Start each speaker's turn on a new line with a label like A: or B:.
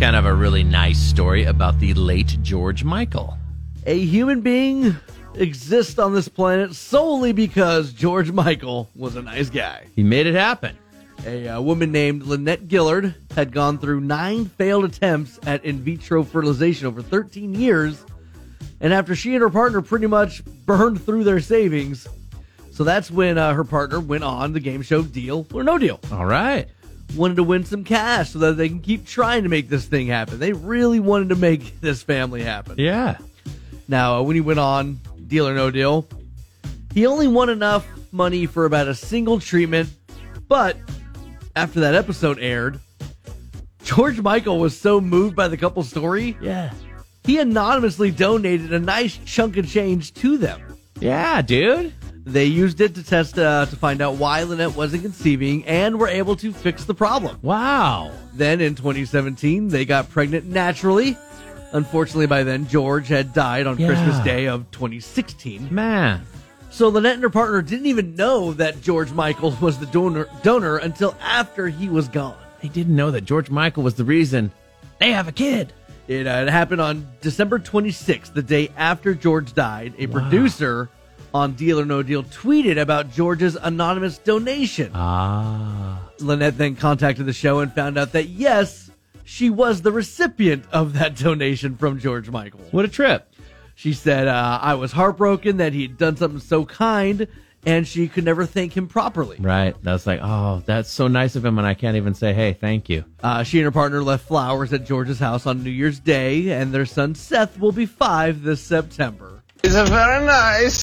A: kind of a really nice story about the late George Michael.
B: A human being exists on this planet solely because George Michael was a nice guy.
A: He made it happen.
B: A uh, woman named Lynette Gillard had gone through nine failed attempts at in vitro fertilization over 13 years. And after she and her partner pretty much burned through their savings, so that's when uh, her partner went on the game show Deal or No Deal.
A: All right.
B: Wanted to win some cash so that they can keep trying to make this thing happen. They really wanted to make this family happen.
A: Yeah.
B: Now, uh, when he went on Deal or No Deal, he only won enough money for about a single treatment. But after that episode aired, George Michael was so moved by the couple's story,
A: Yeah.
B: he anonymously donated a nice chunk of change to them.
A: Yeah, dude.
B: They used it to test uh, to find out why Lynette wasn't conceiving and were able to fix the problem.
A: Wow.
B: Then in 2017, they got pregnant naturally. Unfortunately, by then, George had died on
A: Yeah.
B: Christmas Day of 2016.
A: Man.
B: So Lynette and her partner didn't even know that George Michael was the donor, donor until after he was gone.
A: They didn't know that George Michael was the reason they have a kid.
B: It, uh, it happened on December 26th, the day after George died. A producer on Deal or No Deal tweeted about George's anonymous donation.
A: Ah.
B: Lynette then contacted the show and found out that yes, she was the recipient of that donation from George Michael.
A: What a trip.
B: She said, uh, I was heartbroken that he had done something so kind and she could never thank him properly.
A: Right. That's like, oh, that's so nice of him, and I can't even say, hey, thank you.
B: Uh, she and her partner left flowers at George's house on New Year's Day, and their son Seth will be five this September.
C: It's a very nice.